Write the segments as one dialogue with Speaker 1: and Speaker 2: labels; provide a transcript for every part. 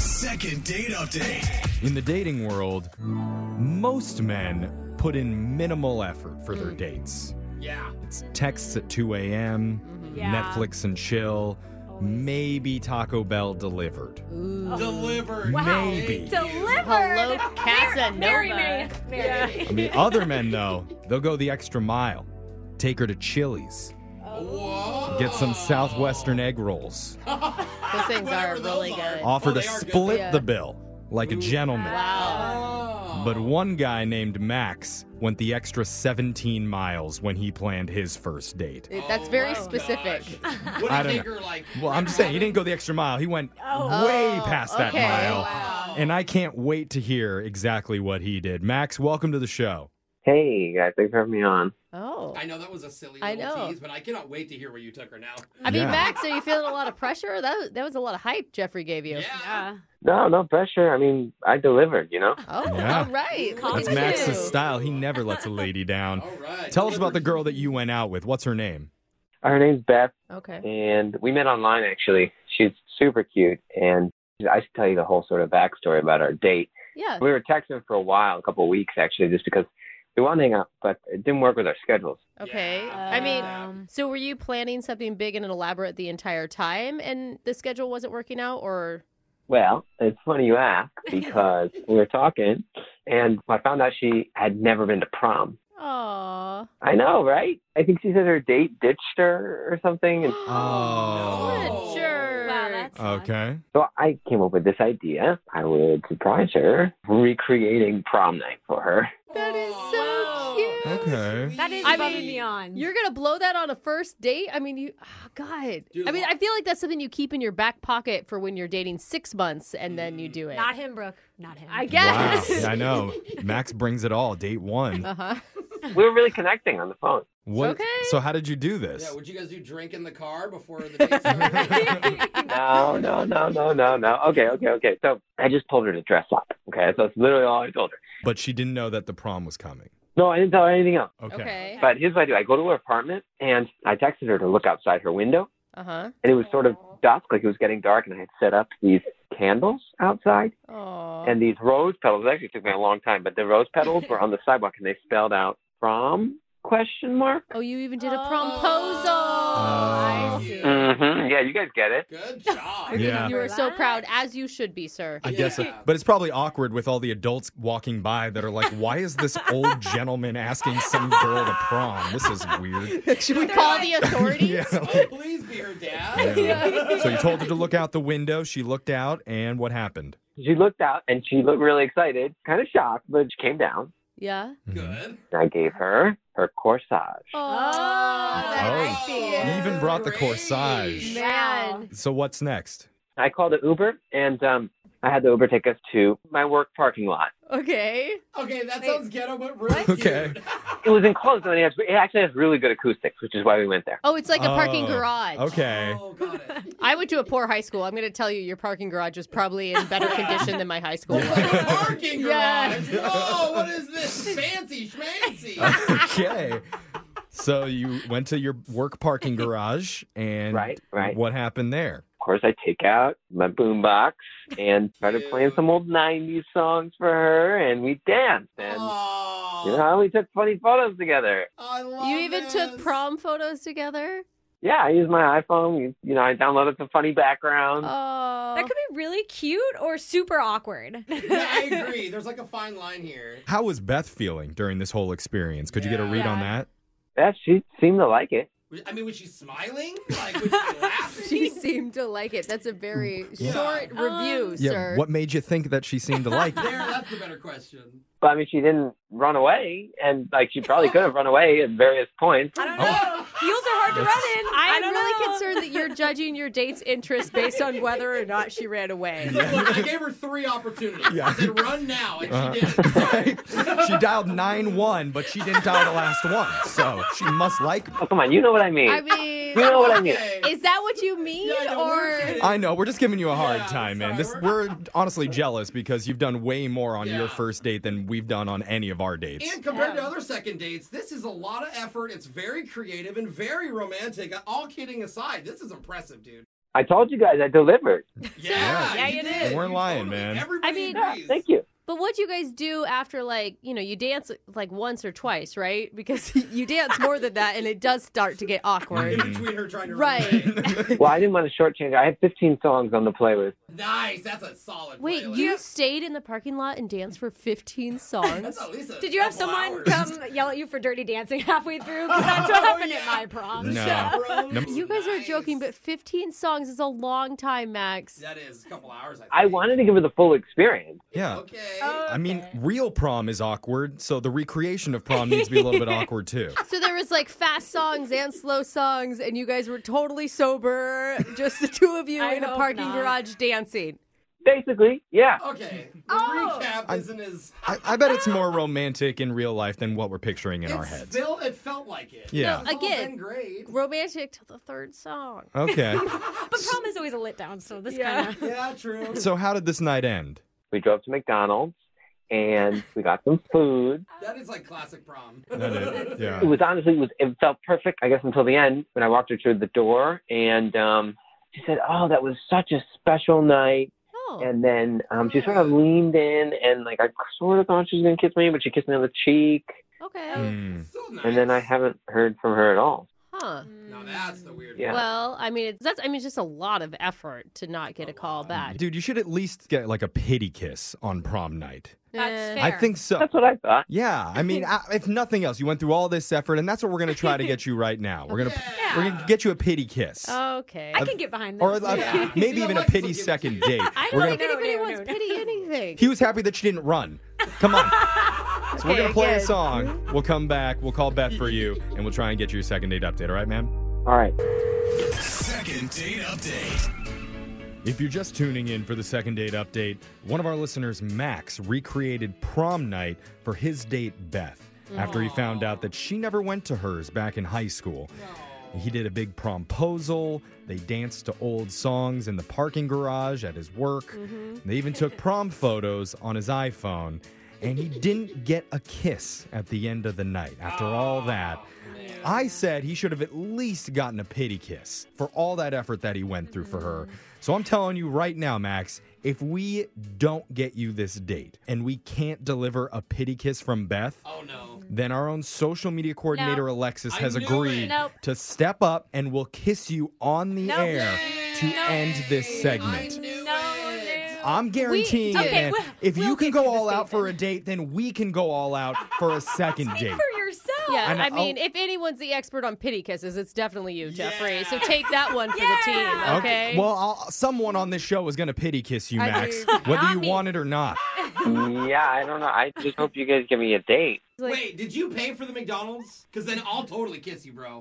Speaker 1: Second date update.
Speaker 2: In the dating world, most men put in minimal effort for
Speaker 3: Mm.
Speaker 2: their dates.
Speaker 1: Yeah.
Speaker 2: It's texts at 2 a.m.,
Speaker 3: Yeah.
Speaker 2: Netflix and chill, maybe Taco Bell delivered.
Speaker 1: Delivered.
Speaker 3: Wow.
Speaker 2: Maybe.
Speaker 3: Delivered.
Speaker 4: Hello, Casanova.
Speaker 3: Mary, Mary, Mary.
Speaker 2: I mean, other men, though, they'll go the extra mile. Take her to Chili's,
Speaker 1: Whoa.
Speaker 2: get some Southwestern egg rolls,
Speaker 4: Those things
Speaker 1: Whatever
Speaker 4: are really
Speaker 1: those
Speaker 4: good.
Speaker 1: are.
Speaker 2: offer
Speaker 1: Oh,
Speaker 2: to
Speaker 1: they are good.
Speaker 2: split
Speaker 4: Yeah.
Speaker 2: the bill like a gentleman.
Speaker 4: Wow.
Speaker 1: Oh.
Speaker 2: But one guy named Max went the extra 17 miles when he planned his first date.
Speaker 4: It- that's very
Speaker 1: Oh,
Speaker 4: specific.
Speaker 1: What
Speaker 2: I
Speaker 1: do
Speaker 2: don't
Speaker 1: you think
Speaker 2: know.
Speaker 1: are like?
Speaker 2: Well, I'm just saying, he didn't go the extra mile. He went
Speaker 3: Oh.
Speaker 2: way
Speaker 4: Oh,
Speaker 2: past that
Speaker 4: okay.
Speaker 2: mile.
Speaker 1: Wow.
Speaker 2: And I can't wait to hear exactly what he did. Max, welcome to the show.
Speaker 5: Hey guys, thanks for having me on.
Speaker 4: Oh.
Speaker 1: I know that was a silly
Speaker 4: I
Speaker 1: little
Speaker 4: know.
Speaker 1: tease, but I cannot wait to hear where you took her now.
Speaker 4: I mean,
Speaker 2: Yeah.
Speaker 4: Max, are you feeling a lot of pressure? That was, that was a lot of hype Jeffrey gave you.
Speaker 1: Yeah.
Speaker 3: Yeah.
Speaker 5: No, no pressure. I mean, I delivered, you know?
Speaker 4: Oh,
Speaker 2: Yeah.
Speaker 4: all right. Look
Speaker 2: That's
Speaker 3: That's
Speaker 4: at you.
Speaker 2: Max's style. He never lets a lady down.
Speaker 1: All right.
Speaker 2: Tell us about the girl that you went out with. What's her name?
Speaker 5: Her name's Beth,
Speaker 4: Okay.
Speaker 5: and we met online actually. She's super cute, and I should tell you the whole sort of backstory about our date.
Speaker 4: Yeah.
Speaker 5: We were texting for a while, a couple of weeks actually, just because we wanted to hang out, but it didn't work with our schedules.
Speaker 4: Okay.
Speaker 1: Yeah.
Speaker 4: I mean,
Speaker 3: Um,
Speaker 4: so were you planning something big and elaborate the entire time and the schedule wasn't working out or
Speaker 5: Well, it's funny you ask because we were talking, and I found out she had never been to prom.
Speaker 4: Aw.
Speaker 5: I know, right? I think she said her date ditched her or something, and
Speaker 2: Oh.
Speaker 4: What a jerk.
Speaker 3: Wow, that's not-
Speaker 2: Okay.
Speaker 5: So I came up with this idea. I would surprise her, recreating prom night for her.
Speaker 4: That is
Speaker 3: Wow.
Speaker 4: so cute.
Speaker 2: Okay.
Speaker 3: That is
Speaker 4: I
Speaker 3: above
Speaker 4: mean,
Speaker 3: and beyond.
Speaker 4: You're gonna blow that on a first date? I mean, you, oh, God.
Speaker 1: Dude,
Speaker 4: I mean,
Speaker 1: wha-
Speaker 4: I feel like that's something you keep in your back pocket for when you're dating six months and then you do it.
Speaker 3: not him, Brooke. Not him.
Speaker 4: I guess.
Speaker 2: Wow. I know. Max brings it all. Date one.
Speaker 4: Uh huh.
Speaker 5: We were really connecting on the phone.
Speaker 2: What?
Speaker 4: Okay.
Speaker 2: So how did you do this?
Speaker 1: Yeah. Would you guys do drink in the car before the date started?
Speaker 5: No, no, no, no, no, no. Okay, okay, okay. So I just told her to dress up. Okay, so that's literally all I told her.
Speaker 2: But she didn't know that the prom was coming.
Speaker 5: No, I didn't tell her anything else.
Speaker 2: Okay.
Speaker 4: Okay.
Speaker 5: But here's what I do. I go to her apartment and I texted her to look outside her window.
Speaker 4: Uh huh.
Speaker 5: And it was sort of dusk, like it was getting dark, and I had set up these candles outside
Speaker 4: Oh.
Speaker 5: and these rose petals. It actually took me a long time, but the rose petals were on the sidewalk and they spelled out prom question mark.
Speaker 4: oh, you even did a
Speaker 3: Oh.
Speaker 4: promposal.
Speaker 2: I see.
Speaker 5: Mm-hmm. Yeah, you guys get it.
Speaker 1: Good job.
Speaker 2: Oh. Yeah.
Speaker 4: You were so proud, as you should be, sir.
Speaker 2: I guess, uh,
Speaker 1: Yeah.
Speaker 2: but it's probably awkward with all the adults walking by that are like, "Why is this old gentleman asking some girl to prom? This is weird."
Speaker 4: Should we call the authorities?
Speaker 2: Yeah,
Speaker 1: Oh, please be her dad.
Speaker 2: yeah. So you told her to look out the window. She looked out, and what happened?
Speaker 5: She looked out and she looked really excited, kind of shocked, but she came down.
Speaker 4: Yeah.
Speaker 2: Mm-hmm.
Speaker 1: Good.
Speaker 5: And I gave her her corsage.
Speaker 4: Oh,
Speaker 2: I
Speaker 1: see
Speaker 2: Oh, You
Speaker 1: it.
Speaker 2: even brought the
Speaker 1: Great.
Speaker 2: corsage.
Speaker 4: Man.
Speaker 2: So what's next?
Speaker 5: I called an Uber and um, I had the Uber take us to my work parking lot.
Speaker 4: Okay.
Speaker 1: Okay, that
Speaker 4: Wait.
Speaker 1: sounds ghetto, but really
Speaker 2: Okay.
Speaker 1: cute.
Speaker 5: It was enclosed and it, has, it actually has really good acoustics, which is why we went there.
Speaker 4: Oh, it's like a parking
Speaker 2: Oh,
Speaker 4: garage.
Speaker 2: Okay.
Speaker 1: Oh, got it.
Speaker 4: I went to a poor high school. I'm going to tell you, your parking garage was probably in better condition than my high school.
Speaker 1: Like parking
Speaker 4: Yeah.
Speaker 1: garage. Oh, what is this? Fancy schmancy.
Speaker 2: Okay. So you went to your work parking garage, and
Speaker 5: Right, right.
Speaker 2: what happened there?
Speaker 5: Of course, I take out my boombox and started playing some old 90s songs for her and we danced. And,
Speaker 1: Oh,
Speaker 5: you know, we took funny photos together.
Speaker 1: I love
Speaker 4: you even took
Speaker 1: this.
Speaker 4: prom photos together?
Speaker 5: Yeah, I used my iPhone. You, you know, I downloaded some funny backgrounds.
Speaker 4: Oh.
Speaker 3: That could be really cute or super awkward.
Speaker 1: Yeah, I agree. There's like a fine line here.
Speaker 2: How was Beth feeling during this whole experience? Could you get a
Speaker 1: Yeah.
Speaker 2: read on that?
Speaker 5: Yeah, she seemed to like it.
Speaker 1: I mean, was she smiling? Like, was she laughing?
Speaker 4: she seemed to like it. That's a very
Speaker 1: Yeah.
Speaker 4: short review,
Speaker 3: Um,
Speaker 2: Yeah.
Speaker 4: sir.
Speaker 2: What made you think that she seemed to like it?
Speaker 1: There, that's the better question.
Speaker 5: But I mean, she didn't run away, and like she probably could have run away at various points.
Speaker 3: I don't know.
Speaker 2: Oh.
Speaker 3: Heels are hard to run in. I
Speaker 4: I'm
Speaker 3: don't
Speaker 4: really
Speaker 3: know.
Speaker 4: concerned that you're judging your date's interest based on whether or not she ran away.
Speaker 1: Look, I gave her three opportunities.
Speaker 2: Yeah.
Speaker 1: I said, run now, and she
Speaker 2: Uh-huh.
Speaker 1: didn't.
Speaker 2: she dialed 9 1, but she didn't dial the last one. So she must like me.
Speaker 5: Oh, come on, you know what I mean.
Speaker 4: I mean,
Speaker 5: you know what I mean.
Speaker 1: Okay.
Speaker 4: is that what you mean?
Speaker 1: Yeah, I know, we're
Speaker 4: or
Speaker 1: kidding.
Speaker 2: I know, we're just giving you a hard
Speaker 1: Yeah,
Speaker 2: time, man.
Speaker 1: sorry,
Speaker 2: This we're honestly jealous because you've done way more on
Speaker 1: Yeah.
Speaker 2: your first date than we've done on any of our dates.
Speaker 1: And compared to other second dates, this is a lot of effort. It's very creative and very romantic. Uh, All kidding aside, this is impressive, dude.
Speaker 5: I told you guys I delivered.
Speaker 1: Yeah,
Speaker 3: Yeah, you did.
Speaker 1: did.
Speaker 2: weren't
Speaker 1: You
Speaker 2: lying,
Speaker 1: totally-
Speaker 2: man.
Speaker 1: Everybody
Speaker 4: I mean-
Speaker 5: Yeah,
Speaker 1: agrees.
Speaker 5: thank you.
Speaker 4: But what do you guys do after like, you know, you dance like once or twice, right? Because you dance more than that and it does start to get
Speaker 1: In
Speaker 4: awkward.
Speaker 1: between her trying to
Speaker 4: Right.
Speaker 1: run away.
Speaker 5: Well, I didn't want to shortchange. I had 15 songs on the playlist.
Speaker 1: nice. That's a solid.
Speaker 4: Wait,
Speaker 1: playlist.
Speaker 4: you stayed in the parking lot and danced for 15
Speaker 1: That's
Speaker 4: songs?
Speaker 1: at least a
Speaker 3: Did you have
Speaker 1: couple
Speaker 3: someone
Speaker 1: hours.
Speaker 3: come yell at you for dirty dancing halfway through? 'Cause that's what
Speaker 1: Oh,
Speaker 3: happened
Speaker 1: yeah.
Speaker 3: at my prom.
Speaker 2: No.
Speaker 1: Chaperones.
Speaker 2: Number-
Speaker 4: You guys are
Speaker 1: Nice.
Speaker 4: joking, but 15 songs is a long time, Max.
Speaker 1: that is a couple hours. I, think.
Speaker 5: I wanted to give her the full experience.
Speaker 2: Yeah.
Speaker 1: Okay. Oh.
Speaker 2: I mean, real prom is awkward, so the recreation of prom needs to be a little bit awkward too.
Speaker 4: So there was like fast songs and slow songs, and you guys were totally sober, just the two of you
Speaker 3: I
Speaker 4: in a
Speaker 3: hope
Speaker 4: parking
Speaker 3: not.
Speaker 4: garage dancing.
Speaker 5: Basically, yeah.
Speaker 1: Okay. The
Speaker 3: Oh.
Speaker 1: recap
Speaker 2: I-
Speaker 1: isn't as.
Speaker 2: I, I bet it's more romantic in real life than what we're picturing in
Speaker 1: It's
Speaker 2: our heads.
Speaker 1: Still, it felt like it.
Speaker 2: Yeah.
Speaker 1: It's all
Speaker 4: Again.
Speaker 1: been great.
Speaker 4: Romantic till the third song.
Speaker 2: Okay.
Speaker 3: But prom is always a lit down, so this
Speaker 4: Yeah.
Speaker 3: kind of.
Speaker 1: Yeah, true.
Speaker 2: So how did this night end?
Speaker 5: We drove to McDonald's and we got some food.
Speaker 1: that is like classic prom.
Speaker 2: That it, yeah.
Speaker 5: It was honestly, it, was, it felt perfect, I guess, until the end when I walked her through the door and um, she said, Oh, that was such a special night.
Speaker 4: Oh.
Speaker 5: And then um, she sort of leaned in and like I sort of thought she was going to kiss me, but she kissed me on the cheek.
Speaker 4: Okay.
Speaker 1: Oh,
Speaker 2: Hmm.
Speaker 1: So nice.
Speaker 5: And then I haven't heard from her at all.
Speaker 4: Huh.
Speaker 1: Now that's the weird.
Speaker 5: Yeah.
Speaker 4: Well, I mean, it's, that's I mean, it's just a lot of effort to not get a call back.
Speaker 2: Dude, you should at least get like a pity kiss on prom night.
Speaker 3: That's
Speaker 4: Eh.
Speaker 2: I
Speaker 3: Fair.
Speaker 2: think so.
Speaker 5: That's what I thought.
Speaker 2: Yeah, I mean, I, if nothing else, you went through all this effort, and that's what we're gonna try to get you right now. We're gonna
Speaker 1: Yeah.
Speaker 2: we're gonna get you a pity kiss,
Speaker 4: Okay.
Speaker 3: I can get behind
Speaker 2: or
Speaker 3: this.
Speaker 2: uh,
Speaker 1: Yeah.
Speaker 2: maybe
Speaker 1: You know
Speaker 2: even a
Speaker 1: what? This
Speaker 2: pity
Speaker 1: will give it to
Speaker 2: second
Speaker 1: you.
Speaker 2: date.
Speaker 4: I
Speaker 2: We're gonna
Speaker 4: don't think anybody
Speaker 3: No, no,
Speaker 4: wants
Speaker 3: no,
Speaker 4: pity anything.
Speaker 2: He was happy that she didn't run. Come on. so we're
Speaker 4: Okay,
Speaker 2: gonna play a
Speaker 4: good.
Speaker 2: song. We'll come back. We'll call Beth for you, and we'll try and get you a second date update. All right, ma'am.
Speaker 5: All right.
Speaker 6: Second date update.
Speaker 2: If you're just tuning in for the second date update, one of our listeners, Max, recreated prom night for his date Beth after he found out that she never went to hers back in high school. He did a big promposal. They danced to old songs in the parking garage at his work. They even took prom photos on his iPhone. And he didn't get a kiss at the end of the night after
Speaker 1: Oh,
Speaker 2: all that. I said he should have at least gotten a pity kiss for all that effort that he went through for her. So I'm telling you right now, Max, if we don't get you this date and we can't deliver a pity kiss from Beth,
Speaker 1: Oh no.
Speaker 2: then our own social media coordinator
Speaker 3: No.
Speaker 2: Alexis
Speaker 1: I
Speaker 2: has
Speaker 1: knew it.
Speaker 2: agreed
Speaker 3: Nope.
Speaker 2: to step up and will kiss you on the
Speaker 3: Nope.
Speaker 2: air to end this
Speaker 1: I
Speaker 2: segment.
Speaker 1: knew
Speaker 3: No,
Speaker 1: it.
Speaker 3: no.
Speaker 2: I'm guaranteeing
Speaker 3: okay,
Speaker 2: it, man.
Speaker 3: we'll-
Speaker 2: if you
Speaker 3: we'll
Speaker 2: can
Speaker 3: get you
Speaker 2: go
Speaker 3: this
Speaker 2: all
Speaker 3: date
Speaker 2: out for a
Speaker 3: then.
Speaker 2: date, then we can go all out for a second date.
Speaker 3: For yourself.
Speaker 4: Yeah,
Speaker 2: And
Speaker 4: I
Speaker 2: I'll-
Speaker 4: mean, if anyone's the expert on pity kisses, it's definitely you, Jeffrey.
Speaker 1: Yeah.
Speaker 4: So take that one for the team,
Speaker 3: Yeah.
Speaker 4: okay?
Speaker 2: Well, I'll, someone on this show is going to pity kiss you,
Speaker 4: I
Speaker 2: Max,
Speaker 4: mean,
Speaker 2: whether
Speaker 4: not
Speaker 2: you
Speaker 4: me.
Speaker 2: want it or not.
Speaker 5: yeah, I don't know. I just hope you guys give me a date.
Speaker 1: Wait, did you pay for the McDonald's? Because then I'll totally kiss you, bro.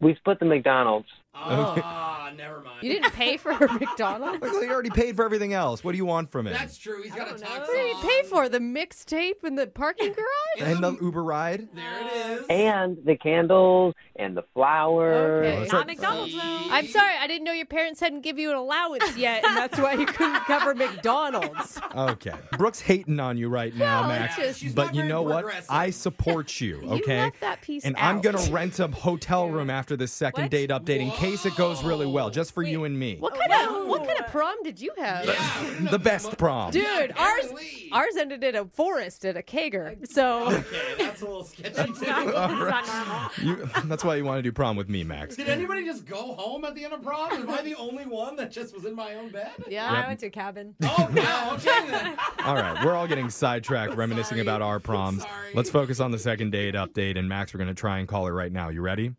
Speaker 5: We split the McDonald's.
Speaker 1: Ah, never mind.
Speaker 4: you didn't pay for McDonald's.
Speaker 2: Like, well, you already paid for everything else. What do you want from it?
Speaker 1: That's true. He's got a tux
Speaker 4: What did you
Speaker 1: on.
Speaker 4: pay for? The mixtape in the parking garage?
Speaker 2: and the Uber ride?
Speaker 1: There
Speaker 2: Uh,
Speaker 1: it is.
Speaker 5: And the candles and the flowers.
Speaker 4: Okay.
Speaker 2: That's right.
Speaker 3: Not McDonald's though.
Speaker 4: I'm sorry, I didn't know your parents hadn't give you an allowance yet, and that's why you couldn't cover McDonald's.
Speaker 2: Okay. Brooks hating on you right now,
Speaker 4: No,
Speaker 2: Max.
Speaker 4: it's just-
Speaker 1: She's
Speaker 2: but
Speaker 1: not
Speaker 2: you
Speaker 1: very
Speaker 2: know what?
Speaker 1: progressive.
Speaker 2: I support you, okay?
Speaker 4: left that piece
Speaker 2: and I'm
Speaker 4: out.
Speaker 2: going to rent a hotel room after this second
Speaker 3: What?
Speaker 2: date update in case it goes really well, just for you and me.
Speaker 4: What kind of what kind of prom did you have?
Speaker 1: Yeah, we're gonna-
Speaker 2: The best prom.
Speaker 4: Dude, ours
Speaker 1: Aaron Lee.
Speaker 4: ours ended in a forest at a kegger. So
Speaker 1: Okay, that's a little sketchy too.
Speaker 2: All right. You- that's why you want to do prom with me, Max.
Speaker 1: Did anybody just go home at the end of prom? Am I the only one that just was in my own bed?
Speaker 4: yeah.
Speaker 3: I went to a cabin.
Speaker 1: Oh, wow. Okay, then.
Speaker 2: All right, we're all getting sidetracked reminiscing
Speaker 1: Sorry.
Speaker 2: about our proms.
Speaker 1: Sorry.
Speaker 2: Let's focus on the second date update. And Max, we're going to try and call her right now. You ready?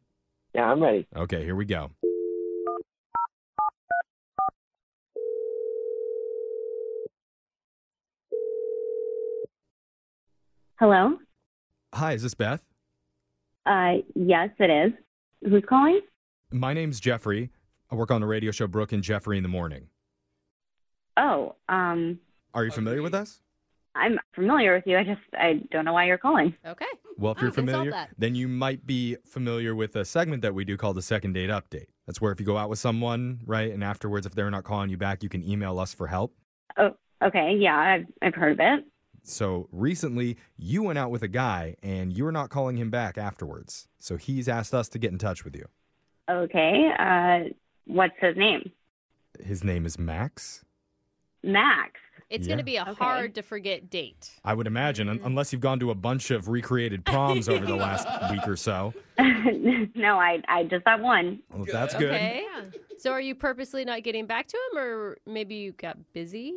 Speaker 5: Yeah, I'm ready.
Speaker 2: Okay, here we go.
Speaker 7: Hello?
Speaker 2: Hi, is this Beth?
Speaker 7: Uh, yes, it is. Who's calling?
Speaker 2: My name's Jeffrey. I work on the radio show Brooke and Jeffrey in the Morning.
Speaker 7: Oh, um,
Speaker 2: Are you familiar with us?
Speaker 7: I'm familiar with you. I just, I don't know why you're calling.
Speaker 4: Okay.
Speaker 2: Well, if
Speaker 4: Oh,
Speaker 2: you're
Speaker 4: I can solve
Speaker 2: familiar,
Speaker 4: that.
Speaker 2: then you might be familiar with a segment that we do called the second date update. That's where if you go out with someone, right, and afterwards, if they're not calling you back, you can email us for help.
Speaker 7: Oh, okay. Yeah, I've, I've heard of it.
Speaker 2: So recently, you went out with a guy and you were not calling him back afterwards. So he's asked us to get in touch with you.
Speaker 7: Okay. Uh, what's his name?
Speaker 2: His name is Max.
Speaker 7: Max.
Speaker 4: It's
Speaker 2: Yeah.
Speaker 4: going to be a
Speaker 7: Okay.
Speaker 4: hard to forget date.
Speaker 2: I would imagine, un- unless you've gone to a bunch of recreated proms over the last week or so.
Speaker 7: no, I I just got one.
Speaker 2: Well, if that's good.
Speaker 4: Okay. So are you purposely not getting back to him, or maybe you got busy?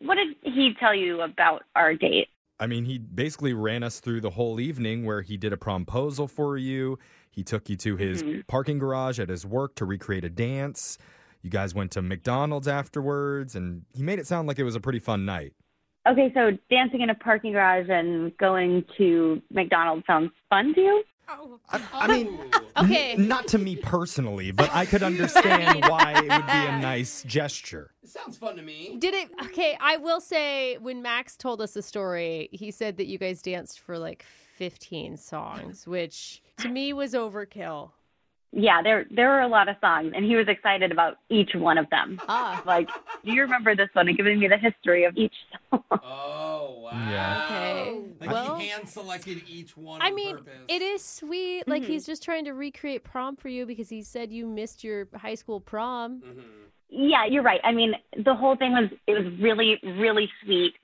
Speaker 7: What did he tell you about our date?
Speaker 2: I mean, he basically ran us through the whole evening where he did a promposal for you. He took you to his parking garage at his work to recreate a dance. You guys went to McDonald's afterwards, and he made it sound like it was a pretty fun night.
Speaker 7: Okay, so dancing in a parking garage and going to McDonald's sounds fun to you?
Speaker 2: I, I mean,
Speaker 4: Okay.
Speaker 2: n- not to me personally, but I could understand why it would be a nice gesture.
Speaker 1: It sounds fun to me.
Speaker 4: Did it? Okay, I will say when Max told us the story, he said that you guys danced for like 15 songs, which to me was overkill.
Speaker 7: Yeah, there there were a lot of songs, and he was excited about each one of them.
Speaker 4: Ah,
Speaker 7: Like, do you remember this one? And giving me the history of each song.
Speaker 1: Oh wow.
Speaker 2: Yeah.
Speaker 4: okay.
Speaker 1: Like
Speaker 4: well,
Speaker 1: he hand selected each one.
Speaker 4: I
Speaker 1: on
Speaker 4: mean,
Speaker 1: purpose.
Speaker 4: it is sweet. Like he's just trying to recreate prom for you because he said you missed your high school prom.
Speaker 1: Mm.
Speaker 7: Yeah, you're right. I mean, the whole thing was it was really really sweet.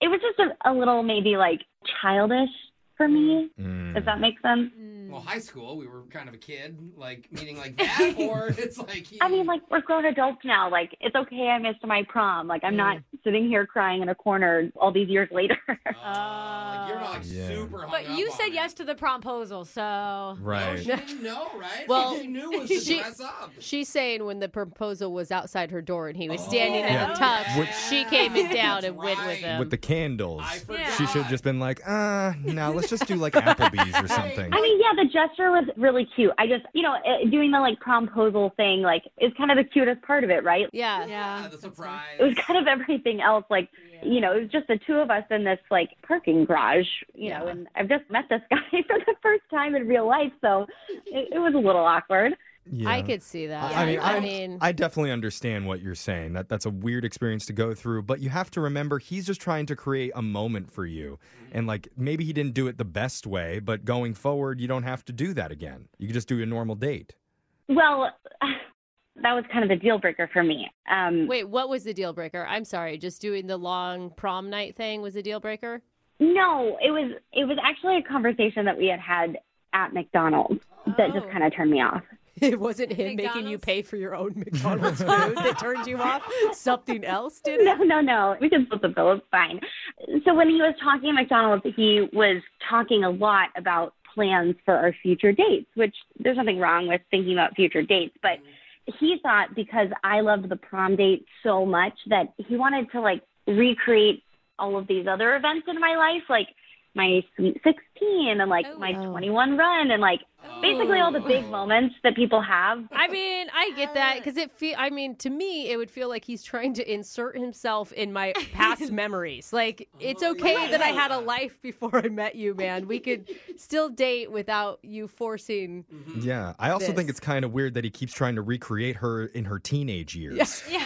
Speaker 7: It was just a, a little maybe like childish for me,
Speaker 2: Mm.
Speaker 7: if that makes sense.
Speaker 1: Well, high school, we were kind of a kid, like meaning like that, or it's like.
Speaker 7: I mean, like we're grown adults now. Like it's okay. I missed my prom. Like I'm not sitting here crying in a corner all these years later.
Speaker 1: uh, like you're not like
Speaker 2: Yeah.
Speaker 1: super. hung
Speaker 3: But
Speaker 1: up
Speaker 3: you
Speaker 1: on
Speaker 3: said
Speaker 1: it.
Speaker 3: yes to the promposal, so.
Speaker 1: No,
Speaker 2: Right.
Speaker 1: she didn't know, right?
Speaker 4: Well,
Speaker 1: All she knew was to
Speaker 4: she-
Speaker 1: dress up.
Speaker 4: She's saying when the proposal was outside her door and he
Speaker 1: Oh.
Speaker 4: was standing in
Speaker 2: Yeah.
Speaker 4: the tub,
Speaker 2: Which-
Speaker 4: she came in down and went with
Speaker 1: Right.
Speaker 4: him.
Speaker 2: With the candles.
Speaker 1: I forgot.
Speaker 2: She should have just been like, uh, no, let's just do like Applebee's or something.
Speaker 7: I mean, yeah, the gesture was really cute. I just, you know, eh, doing the like promposal thing, like is kind of the cutest part of it, right?
Speaker 4: yeah.
Speaker 1: Yeah,
Speaker 3: Yeah.
Speaker 1: Uh, the surprise.
Speaker 7: It was kind of everything else. Like, you know, it was just the two of us in this like parking garage, you know,
Speaker 4: Yeah.
Speaker 7: and I've just met this guy for the first time in real life. So it, it was a little awkward.
Speaker 2: Yeah.
Speaker 4: I could see that.
Speaker 2: I mean, I,
Speaker 4: I mean,
Speaker 2: I definitely understand what you're saying. That that's a weird experience to go through, but you have to remember he's just trying to create a moment for you,
Speaker 4: Mm-hmm.
Speaker 2: and like maybe he didn't do it the best way, but going forward, you don't have to do that again. You can just do a normal date.
Speaker 7: Well, that was kind of the deal breaker for me. Um,
Speaker 4: Wait, what was the deal breaker? I'm sorry, just doing the long prom night thing was the deal breaker?
Speaker 7: No, it was it was actually a conversation that we had had at McDonald's that
Speaker 4: Oh.
Speaker 7: just kind of turned me off.
Speaker 4: It wasn't him making you
Speaker 3: McDonald's?
Speaker 4: pay for your own McDonald's food that turned you off. Something else did it?
Speaker 7: No, no, no. We can split the bill. It's fine. So when he was talking at McDonald's, he was talking a lot about plans for our future dates, which there's nothing wrong with thinking about future dates, but he thought because I loved the prom date so much that he wanted to like recreate all of these other events in my life, like my sweet 16 and like my
Speaker 4: Oh.
Speaker 7: 21 run and like basically all the
Speaker 3: Oh.
Speaker 7: big moments that people have.
Speaker 4: I mean, I get that because it feel. I mean, to me, it would feel like he's trying to insert himself in my past memories. Like it's okay that I had a life before I met you, man. We could still date without you forcing.
Speaker 2: Yeah, I also think
Speaker 4: Mm-hmm. This.
Speaker 2: it's kind of weird that he keeps trying to recreate her in her teenage years.
Speaker 4: no, he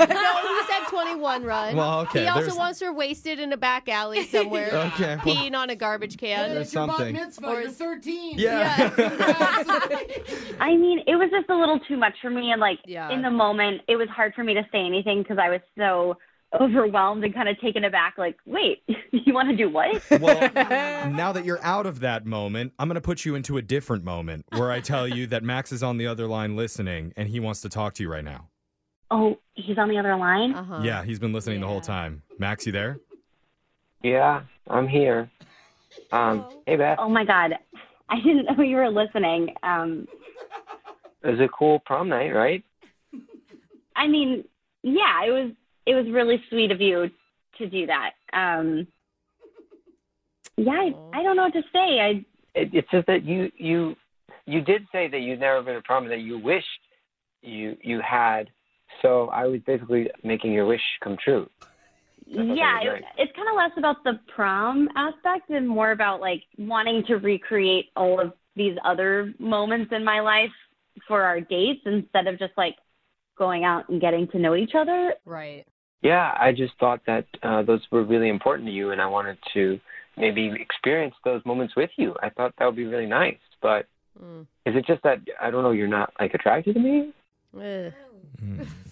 Speaker 4: said 21 run.
Speaker 2: Well, okay,
Speaker 4: He also
Speaker 2: there's-
Speaker 4: wants her wasted in a back alley somewhere,
Speaker 2: Okay, well-
Speaker 4: peeing on a garbage
Speaker 1: Hey,
Speaker 4: can.
Speaker 2: there's
Speaker 1: it's your bat
Speaker 2: something.
Speaker 1: Uh, mitzvah,
Speaker 4: Or
Speaker 1: you're
Speaker 4: is-
Speaker 1: 13.
Speaker 2: Yeah.
Speaker 7: I mean, it was just a little too much for me. And like
Speaker 4: Yeah.
Speaker 7: in the moment, it was hard for me to say anything because I was so overwhelmed and kind of taken aback. Like, wait, you want to do what?
Speaker 2: Well, now that you're out of that moment, I'm going to put you into a different moment where I tell you that Max is on the other line listening and he wants to talk to you right now.
Speaker 7: oh, he's on the other line.
Speaker 4: Uh-huh.
Speaker 2: Yeah, he's been listening the whole time. Max, you there?
Speaker 5: Yeah, I'm here. Um, hey, Beth,
Speaker 7: Oh my God. I didn't know you were listening. Um,
Speaker 5: it was a cool prom night, right?
Speaker 7: I mean, yeah, it was, it was really sweet of you to do that. Um, yeah, I, I don't know what to say. I,
Speaker 5: It, it's just that you you you did say that you'd never been to prom and that you wished you you had. So I was basically making your wish come true. thought
Speaker 7: yeah,
Speaker 5: that was
Speaker 7: it, it's kind of less about the prom aspect and more about like wanting to recreate all of these other moments in my life for our dates instead of just like going out and getting to know each other.
Speaker 4: Right.
Speaker 5: Yeah, I just thought that uh, those were really important to you, and I wanted to maybe experience those moments with you. I thought that would be really nice, but is it just that I don't know? You're not like attracted to me?
Speaker 4: Ugh.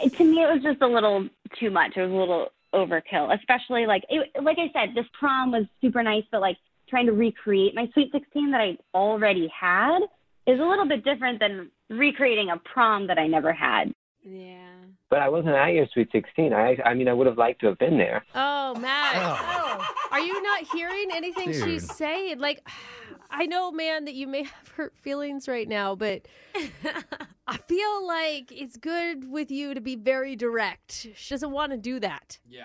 Speaker 7: It, to me, it was just a little too much. It was a little overkill, especially like it, like I said, this prom was super nice, but like trying to recreate my sweet sixteen that I already had is a little bit different than recreating a prom that I never had.
Speaker 3: Yeah.
Speaker 5: But I wasn't at your Sweet 16. I, I mean, I would have liked to have been there.
Speaker 4: Oh, Max.
Speaker 2: Oh.
Speaker 4: Are you not hearing anything
Speaker 2: Dude.
Speaker 4: she's saying? Like, I know, man, that you may have hurt feelings right now, but I feel like it's good with you to be very direct. She doesn't want to do that.
Speaker 1: Yeah.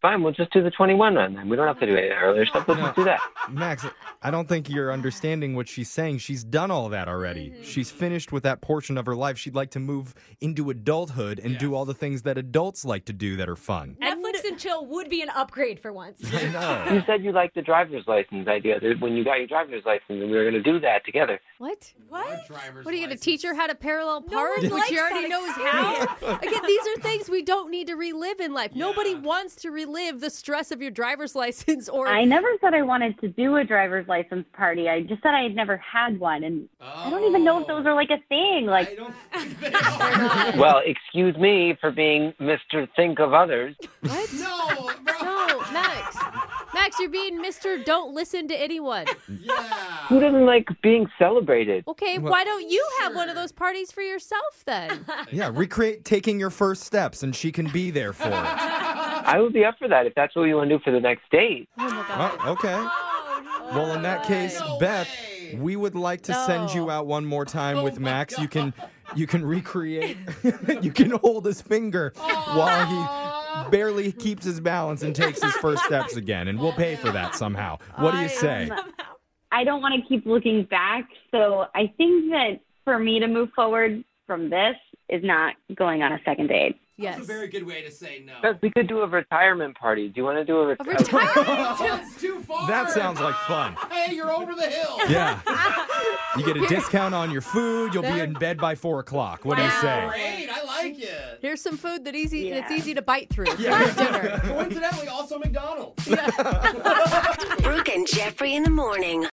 Speaker 5: Fine, we'll just do the 21 run then. We don't have to do it earlier stuff. Let's just do that.
Speaker 2: Max, I don't think you're understanding what she's saying. She's done all that already. She's finished with that portion of her life. She'd like to move into adulthood and do all the things that adults like to do that are fun.
Speaker 3: Netflix and chill would be an upgrade for once.
Speaker 2: I know.
Speaker 5: You said you liked the driver's license idea that when you got your driver's license and we were going to do that together.
Speaker 4: What?
Speaker 3: What?
Speaker 1: Driver's
Speaker 4: What are you going to
Speaker 1: license.
Speaker 4: teach her how to parallel park,
Speaker 3: one
Speaker 4: which she
Speaker 3: likes that
Speaker 4: already knows how? Again, these are things we don't need to relive in life. Nobody
Speaker 1: Yeah.
Speaker 4: wants to relive the stress of your driver's license or
Speaker 7: I never said I wanted to do a driver's license party. I just said I had never had one, and I don't even know if those are like a thing.
Speaker 1: Oh. I
Speaker 7: Like,
Speaker 1: don't think they are.
Speaker 5: Well, excuse me for being Mr. Think of Others.
Speaker 4: what?
Speaker 1: no, bro.
Speaker 4: No, Max. Max, you're being Mr. Don't listen to anyone.
Speaker 5: Who
Speaker 1: Yeah.
Speaker 5: doesn't like being celebrated?
Speaker 4: Okay,
Speaker 2: Well-
Speaker 4: why don't you have one of those parties for yourself then?
Speaker 2: Yeah, recreate taking your first steps, and she can be there for it.
Speaker 5: I would be up for that if that's what you want to do for the next date.
Speaker 2: Oh, okay. Well, in that case,
Speaker 1: No
Speaker 2: Beth,
Speaker 1: way.
Speaker 2: we would like to send you out one more time with Max. You can, you can recreate. you can hold his finger while he barely keeps his balance and takes his first steps again, and we'll pay for that somehow. What do you say?
Speaker 7: um, I don't want to keep looking back. So I think that for me to move forward from this is not going on a second date.
Speaker 1: That's a
Speaker 4: Yes.
Speaker 1: very good way to say no.
Speaker 5: Beth, we could do a retirement party. Do you want to do a, ret-
Speaker 4: A retirement?
Speaker 1: That's too far.
Speaker 2: That sounds like fun.
Speaker 1: Hey, you're over the hill.
Speaker 2: Yeah. You get a discount on your food. You'll be in bed by four o'clock. What do you say?
Speaker 1: Great, I like it.
Speaker 4: Here's some food that easy
Speaker 7: Yeah.
Speaker 4: that's easy to bite through. Yeah. Dinner.
Speaker 1: Coincidentally, also McDonald's.
Speaker 8: Brooke and Jeffrey in the morning.